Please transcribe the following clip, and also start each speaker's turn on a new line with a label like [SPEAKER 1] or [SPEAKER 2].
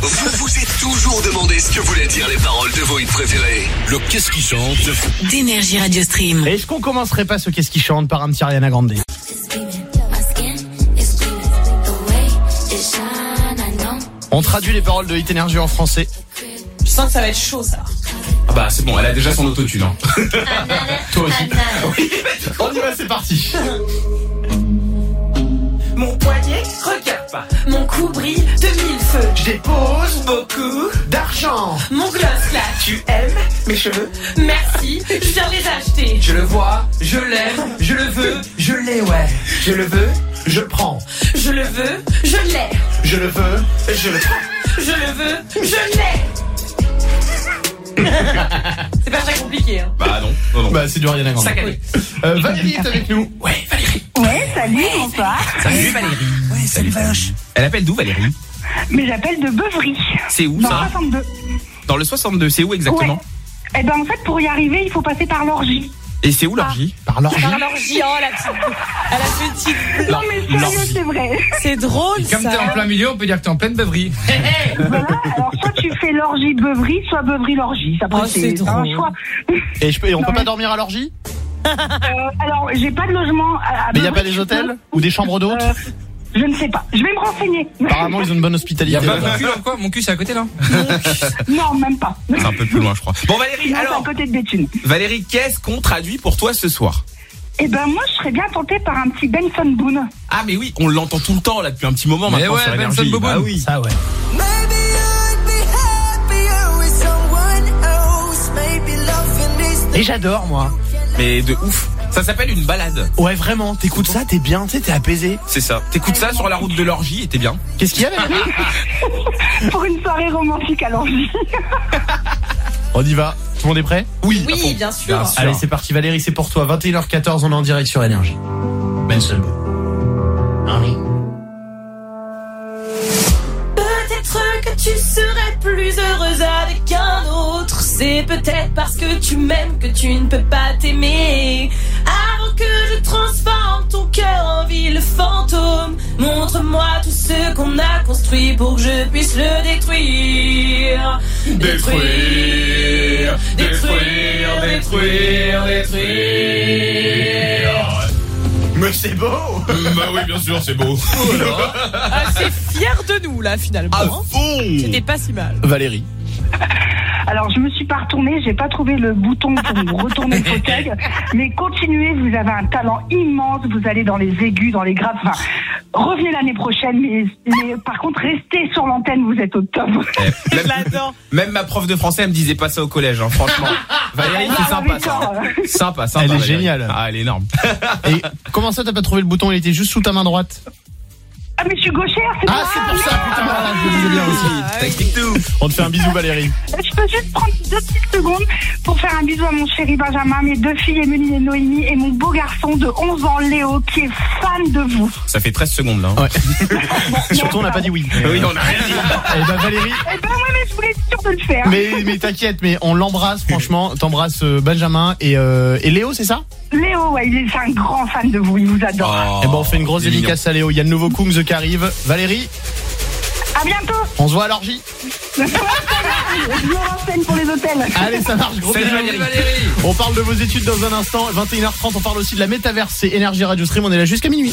[SPEAKER 1] Vous vous êtes toujours demandé ce que voulaient dire les paroles de vos hits préférés. Le qu'est-ce qui chante
[SPEAKER 2] d'énergie Radio Stream.
[SPEAKER 3] Est-ce qu'on commencerait pas ce qu'est-ce qui chante par un petit Ariana Grande
[SPEAKER 4] My skin is gleaming. The way it shine, I know.
[SPEAKER 3] On traduit les paroles de Hit Energy en français.
[SPEAKER 5] Je sens que ça va être chaud ça.
[SPEAKER 6] Ah bah c'est bon, elle a déjà son autotune. Hein. Toi aussi. Ah
[SPEAKER 3] On y va, c'est parti.
[SPEAKER 5] Mon poignet, regarde pas. Mon cou brille de mille feux.
[SPEAKER 3] Je dépose
[SPEAKER 5] Beaucoup.
[SPEAKER 3] d'argent.
[SPEAKER 5] Mon gloss là, tu aimes
[SPEAKER 3] Mes cheveux,
[SPEAKER 5] Merci, je viens les acheter.
[SPEAKER 3] je le vois, je l'aime, je le veux, je l'ai, ouais. Je le veux, je prends.
[SPEAKER 5] Je le veux, je l'ai.
[SPEAKER 3] Je le veux, je le
[SPEAKER 5] Je le veux, je l'ai. C'est pas très compliqué. Hein.
[SPEAKER 6] Bah non, non, non.
[SPEAKER 3] Bah, c'est du Ariana Grande.
[SPEAKER 5] Saccadé.
[SPEAKER 3] Euh, Valérie est avec nous.
[SPEAKER 6] Ouais, Valérie. Ouais, salut, bonsoir. Salut Valérie. Ouais, salut Vache. Elle appelle d'où Valérie
[SPEAKER 7] Mais j'appelle de Beuvry,
[SPEAKER 6] C'est où
[SPEAKER 7] dans
[SPEAKER 6] ça
[SPEAKER 7] 62.
[SPEAKER 6] Dans le 62, c'est où exactement
[SPEAKER 7] Ouais. Eh ben en fait, pour y arriver, il faut passer par l'orgie.
[SPEAKER 6] Et c'est où l'orgie
[SPEAKER 3] Par l'orgie.
[SPEAKER 5] Par l'orgie, oh la petite. À la petite.
[SPEAKER 7] Non mais sérieux,
[SPEAKER 6] l'orgie.
[SPEAKER 7] c'est vrai.
[SPEAKER 5] C'est drôle
[SPEAKER 6] Comme t'es en
[SPEAKER 5] ça.
[SPEAKER 6] plein milieu, on peut dire que t'es en pleine beuverie.
[SPEAKER 7] Voilà, alors soit tu fais l'orgie Beuvry, soit Beuvry l'orgie. Ça
[SPEAKER 5] Oh, c'est
[SPEAKER 7] c'est un
[SPEAKER 5] drôle.
[SPEAKER 7] choix.
[SPEAKER 3] Et, je peux- et on peut
[SPEAKER 7] Non,
[SPEAKER 3] pas
[SPEAKER 7] mais-
[SPEAKER 3] dormir à l'orgie
[SPEAKER 7] Euh, alors, j'ai pas de logement à, à
[SPEAKER 3] Mais il y a
[SPEAKER 7] Beuvry,
[SPEAKER 3] pas des
[SPEAKER 7] tu
[SPEAKER 3] hôtels
[SPEAKER 7] peux
[SPEAKER 3] ou des chambres d'hôtes
[SPEAKER 7] Euh, Je ne sais pas. Je vais me renseigner.
[SPEAKER 3] Apparemment, ils ont une bonne hospitalité.
[SPEAKER 6] cul quoi Mon cul c'est à côté là
[SPEAKER 7] Non, même pas.
[SPEAKER 6] C'est un peu plus loin je crois. Bon Valérie,
[SPEAKER 7] Non, c'est à
[SPEAKER 6] alors
[SPEAKER 7] côté de Béthune.
[SPEAKER 6] Valérie, qu'est-ce qu'on traduit pour toi ce soir
[SPEAKER 7] Eh ben moi, je serais bien tentée par un petit Benson Boone.
[SPEAKER 6] Ah mais oui, on l'entend tout le temps là depuis un petit moment maintenant sur Énergie. Bah oui.
[SPEAKER 3] Ça, ouais.
[SPEAKER 4] Maybe I'd be happier with someone else. Maybe loving is
[SPEAKER 3] Et j'adore, moi.
[SPEAKER 6] Mais de ouf. Ça s'appelle une balade.
[SPEAKER 3] Ouais, vraiment. T'écoutes ça, t'es bien, tu sais, t'es apaisé.
[SPEAKER 6] C'est ça. T'écoutes ça sur la route de l'orgie et t'es bien.
[SPEAKER 3] Qu'est-ce qu'il y a, Valérie
[SPEAKER 7] Pour une soirée romantique à l'orgie.
[SPEAKER 3] On y va. Tout le monde est prêt
[SPEAKER 6] Oui. à fond.
[SPEAKER 5] Oui, bien sûr.
[SPEAKER 6] Bien sûr.
[SPEAKER 3] Allez, c'est parti Valérie, c'est pour toi. 21h14, on est en direct sur Énergie. Benson Henri.
[SPEAKER 5] Peut-être que tu serais plus heureuse avec un autre. C'est peut-être parce que tu m'aimes que tu ne peux pas t'aimer. Avant que je transforme ton cœur en ville fantôme, montre-moi tout ce qu'on a construit pour que je puisse le détruire. Détruire, détruire, détruire, détruire.
[SPEAKER 3] Mais c'est beau
[SPEAKER 6] Bah oui, bien sûr, c'est beau.
[SPEAKER 5] Assez Ah, fier de nous là finalement.
[SPEAKER 6] fond
[SPEAKER 5] pas si mal.
[SPEAKER 3] Valérie.
[SPEAKER 7] Alors je me suis pas retournée, j'ai pas trouvé le bouton pour me retourner le fauteuil, mais continuez, vous avez un talent immense, vous allez dans les aigus, dans les graves. Enfin, revenez l'année prochaine, mais, mais par contre restez sur l'antenne, vous êtes au top.
[SPEAKER 3] Eh
[SPEAKER 6] même, même ma prof de français, elle me disait pas ça au collège, hein, franchement. Valérie,
[SPEAKER 7] Ah,
[SPEAKER 6] c'est sympa ça. Sympa, sympa.
[SPEAKER 3] Elle est
[SPEAKER 6] Valérie.
[SPEAKER 3] géniale.
[SPEAKER 6] Ah, elle est énorme.
[SPEAKER 3] Et comment ça t'as pas trouvé le bouton Il était juste sous ta main droite.
[SPEAKER 7] Ah mais je suis gauchère, c'est
[SPEAKER 3] Ah c'est
[SPEAKER 7] pas Euh,
[SPEAKER 3] pour ça, putain, voilà, je le disais bien aussi.
[SPEAKER 6] T'expliques tout.
[SPEAKER 3] On te fait un bisou Valérie.
[SPEAKER 7] Je peux juste prendre deux petites secondes pour faire un bisou à mon chéri Benjamin, mes deux filles Émilie et Noémie et mon beau garçon de 11 ans Léo qui est fan de vous.
[SPEAKER 6] Ça fait 13 secondes là. hein.
[SPEAKER 3] Ouais. Surtout on n'a pas dit oui.
[SPEAKER 6] Oui, on a rien dit.
[SPEAKER 3] Eh ben Valérie,
[SPEAKER 7] Eh ben ouais, mais je voulais être sûre de le faire.
[SPEAKER 3] mais, mais t'inquiète, mais on l'embrasse franchement. T'embrasses euh, Benjamin et, euh, et Léo, c'est ça
[SPEAKER 7] Léo, ouais, il est un grand fan de vous, il vous adore.
[SPEAKER 3] Eh ben on fait une
[SPEAKER 6] Oh.
[SPEAKER 3] grosse
[SPEAKER 6] Ah, il est
[SPEAKER 3] dédicace à Léo. Il y a le nouveau Kungs qui arrive. Valérie,
[SPEAKER 7] À bientôt.
[SPEAKER 3] on se voit à l'orgie.
[SPEAKER 7] Je me renseigne pour les hôtels.
[SPEAKER 3] Allez, ça marche, gros
[SPEAKER 6] Salut,
[SPEAKER 3] bisous.
[SPEAKER 6] Valérie. Valérie.
[SPEAKER 3] On parle de vos études dans un instant, 21h30, on parle aussi de la métaverse, c'est Énergie Radio Stream, on est là jusqu'à minuit.